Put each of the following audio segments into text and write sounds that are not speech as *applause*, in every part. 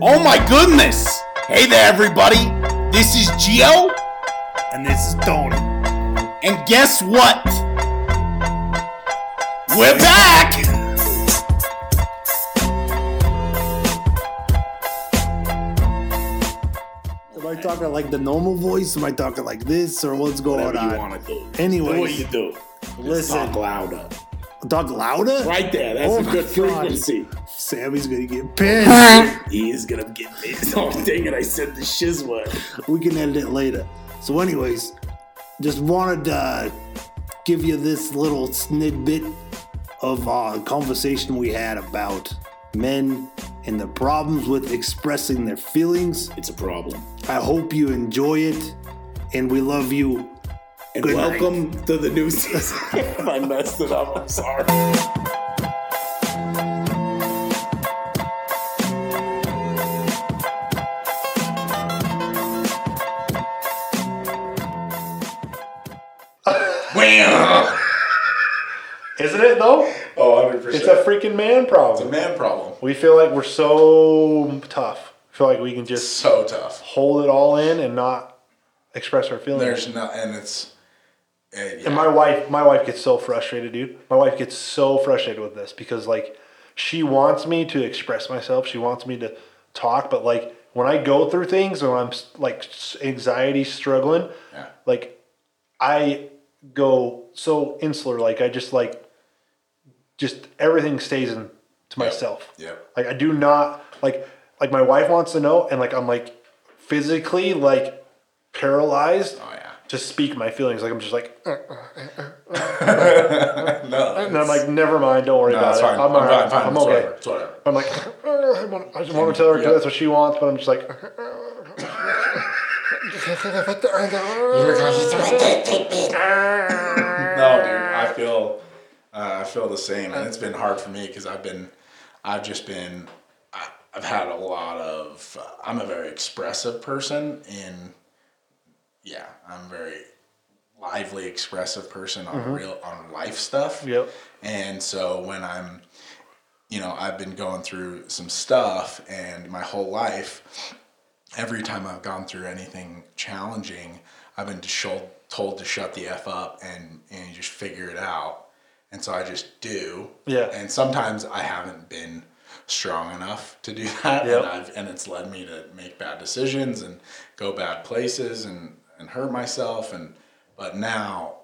Oh my goodness! Hey there, everybody. This is Geo, And this is Tony. and guess what? We're back. Am I talking like the normal voice? Am I talking like this or what's going Whatever you on? want to do. Anyways. do what you do. Just Listen. talk louder. Talk louder? Right there. That's Oh a my good God. frequency. Sammy's gonna get pissed. He is gonna get *laughs* this. Oh dang it! I said the shiz word. we can edit it later. So, anyways, just wanted to uh, give you this little snippet of uh, conversation we had about men and the problems with expressing their feelings. It's a problem. I hope you enjoy it, and we love you. And Good night. welcome to the new *laughs* season. if I messed it up, I'm sorry. Wow. Isn't it though? Oh, 100%. It's a freaking man problem. man problem. We feel like we're so tough. Feel like we can just so tough. hold it all in and not express our feelings. There's not, and it's. eh, yeah. and my wife, my wife gets so frustrated, dude. My wife gets so frustrated with this because like she wants me to express myself. She wants me to talk, but like when I go through things or I'm like anxiety struggling, Yeah. like I go so insular. Like I just like just everything stays in to myself. Yep. Like I do not like like my wife wants to know and like I'm like physically like paralyzed Oh yeah. to speak my feelings. Like I'm just like "Uh," No. and I'm like never mind, don't worry no, about it's it. fine. I'm, all right. fine. I'm It's okay. whatever. It's whatever. I'm like *laughs* "Uh, I, want, I just want to tell her Yeah. that's what she wants, but I'm just like *laughs* No, dude. I feel. Uh, I feel the same, and it's been hard for me because I've been. I've just been. I, I've had a lot of. Uh, I'm a very expressive person, and yeah, I'm a very lively, expressive person on real on life stuff. Yep. And so when I'm you know, I've been going through some stuff and my whole life, every time I've gone through anything challenging, I've been shol- told to shut the F up and, and just figure it out. And so I just do. Yeah. And sometimes I haven't been strong enough to do *laughs* that. Yep. And, I've, and it's led me to make bad decisions and go bad places and, and hurt myself. And, but now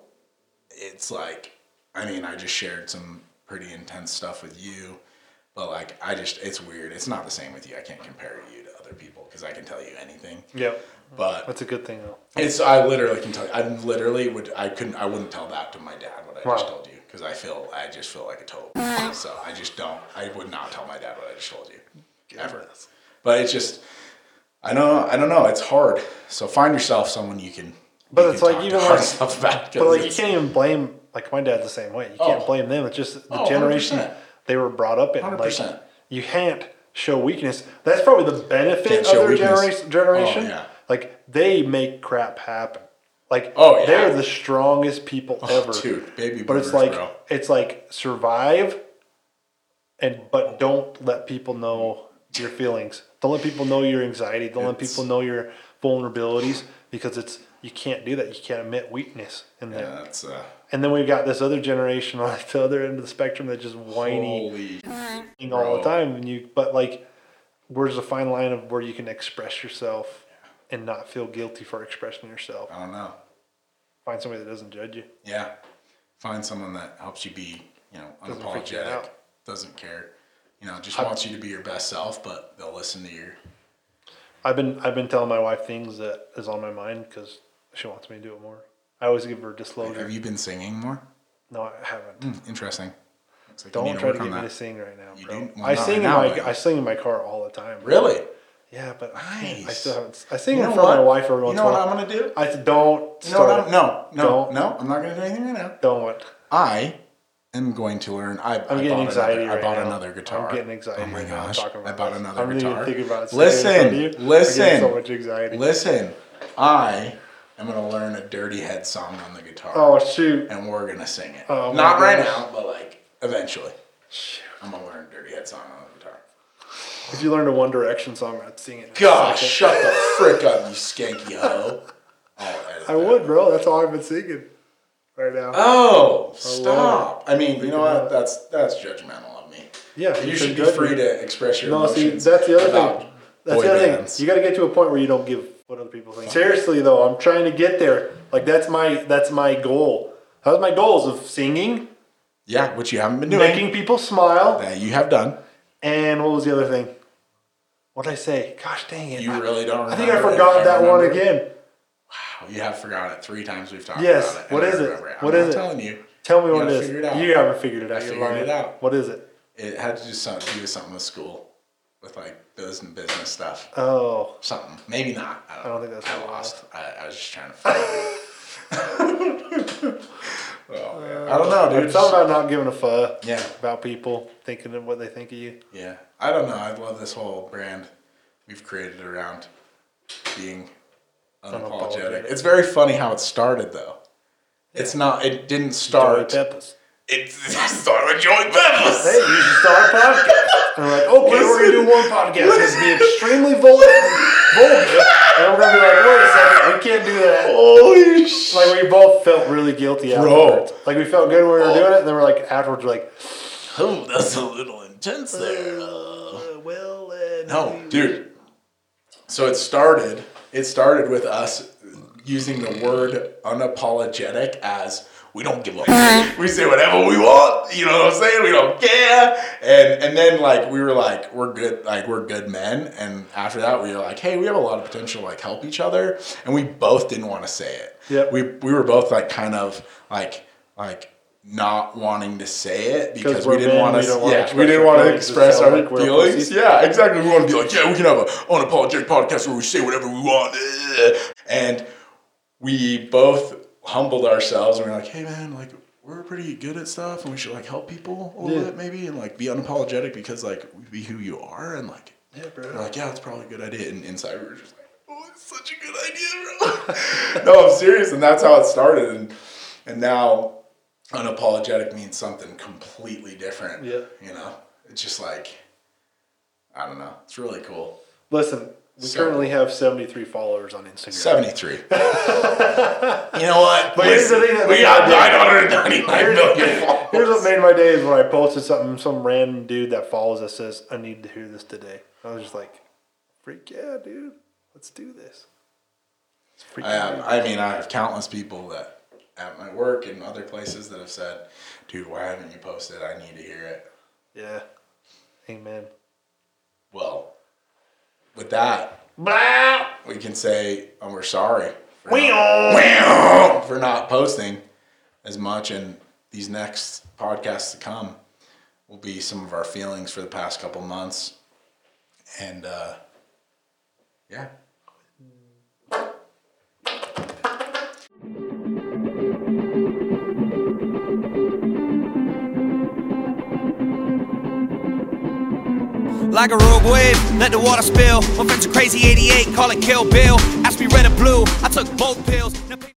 it's like I mean, I just shared some pretty intense stuff with you, but like I just it's weird. It's not the same with you. I can't compare you to other people because I can tell you anything. yep. But That's a good thing though. it's I literally can tell you. I literally would I couldn't I wouldn't tell that to my dad what I just Wow. told you because I feel I just feel like a total. so I just don't. I would not tell my dad what I just told you ever. But it's just I don't I don't know. It's hard. So find yourself someone you can. But you it's can like talk even to hard *laughs* like- stuff about. But 'cause like you it's- can't even blame like my dad's the same way. You can't Oh. blame them. It's just the Oh, generation 100%. they were brought up in. Like 100%. you can't show weakness. That's probably the benefit Can't of show their weakness. generation. generation. Oh, yeah. Like they make crap happen. Like Oh, yeah. Oh, they're the strongest people ever. dude, baby but it's boomers, like bro. it's like survive and but don't let people know your feelings. Don't let people know your anxiety. Don't let people know your vulnerabilities because it's you can't do that. You can't admit weakness in there. Yeah, that's uh, And then we've got this other generation on *laughs* the other end of the spectrum that just whiny holy. all the Oh, bro. time. And you, but like, where's the fine line of where you can express yourself and not feel guilty for expressing yourself? I don't know. Find somebody that doesn't judge you. Yeah, find someone that helps you be, you know, Doesn't freak you unapologetic, out. doesn't care, you know, just wants you to be your best self, but they'll listen to your. I've been I've been telling my wife things that is on my mind because she wants me to do it more. I always give her disclosure. Have you been singing more? No, I haven't. Hmm, interesting. Looks like you need Don't try work to on get me to that. sing right now, You bro. do- well, I not sing right now, in my but- I sing in my car all the time. bro. Really? Yeah, but I can't- I Nice. still haven't. I sing You in know front of my what? wife every once You know in a what while. I'm gonna do? I said, don't You know start. what I'm, it. no, no, Don't. no. I'm not gonna do anything right now. Don't. I am going to learn. I, I'm I getting bought anxiety Another, right I bought now. another guitar. I'm getting anxiety. Oh my right now gosh! talking I about bought this. another I'm guitar. Not even thinking about singing in front of you. listen, I'm getting listen. so much anxiety. Listen, I am gonna learn a Dirty Head song on the guitar, Oh shoot! and we're gonna sing it. Oh, my Not right gosh. now, but like eventually. I'm gonna learn a Dirty Head song on the guitar. If you learned a One Direction song, I'd sing it. Gosh, shut the frick up, you skanky hoe. I'll edit I that. would, bro. That's all I've been singing right now. Oh, stop! I mean, you know what? That's that's judgmental of me. Yeah, you you should can be judge free me. to express your No, see, emotions. that's the other about thing. That's boy the other bands. thing. You got to get to a point where you don't give what other people think. Seriously, though, I'm trying to get there. Like that's my that's my goal. How's my goals of singing, Yeah, which you haven't been doing. making people smile, that you have done. and what was the other thing? What did I say? Gosh dang it! You I, really don't. I think I remember it. forgot that one remember it. again. You have forgotten it three times. We've talked Yes, about it. what and I is it? remember I'm What not is it? telling you. Tell me what gotta it is. figure it out. You haven't figured it out. You're figured lying. it out. What is it? It had to do something, do with something with school, with like business business stuff. Oh, something. Maybe not. I don't, don't think that's I what it lost. I, I was just trying to. Find it. *laughs* oh, man. I don't know, dude. it's all about not giving a fuck Yeah. about people thinking of what they think of you. Yeah, I don't know. I love this whole brand we've created around being unapologetic. Unapologetic. It's very funny how it started, though. It's not. It didn't start. Joey Peppers. It *laughs* started with Joey Peppers. Hey, you should start a podcast. And we're like, okay, we're gonna do one podcast. It's gonna be extremely vul- vulgar, and we're gonna be like, wait a second, we can't do that. Holy shit! Like we both felt really guilty afterwards. Like we felt good when we were doing it, and then we're like afterwards, we're like, Oh, that's a little intense there. uh. uh, well, uh, No, dude. So it started. It started with us using the word unapologetic as we don't give up. we say whatever we want. You know what I'm saying? We don't care. And and then like we were like we're good like we're good men. And after that we were like hey we have a lot of potential. Like help each other. And we both didn't want to say it. Yep. We we were both like kind of like like not wanting to say it because we we're didn't men, want we to don't wanna yeah we express didn't our want to feelings. It express sounds our like we're feelings pussies. yeah, exactly. We want to be like, yeah, we can have an unapologetic podcast where we say whatever we want. eh. And we both humbled ourselves and we are like, hey, man, like, we're pretty good at stuff and we should, like, help people a little Yeah. bit maybe and, like, be unapologetic because, like, we be who you are and, like, Yeah, bro. we're like, yeah, it's probably a good idea. And inside we were just like, oh, it's such a good idea, bro. *laughs* no, I'm serious. And that's how it started. And, and now unapologetic means something completely different. Yeah. You know, it's just like, I don't know. It's really cool. Listen, we So- currently have seventy-three followers on Instagram. *laughs* 73. you know what? But here's the Listen, thing that we made got my day- 999 million followers. Here's what made my day is when I posted something, some random dude that follows us says, I need to hear this today. I was just like, freak yeah, dude. Let's do this. It's freaking I, have, I mean, I have countless people that at my work and other places that have said, dude, why haven't you posted? I need to hear it. Yeah. Amen. Well, with that, Blah! we can say, oh, we're sorry. for not- Wee-oh! for not posting as much and these next podcasts to come will be some of our feelings for the past couple months and uh yeah like a rogue wave. Let the water spill. My friends are crazy 88, call it Kill Bill. Ask me red or blue. I took both pills. Now-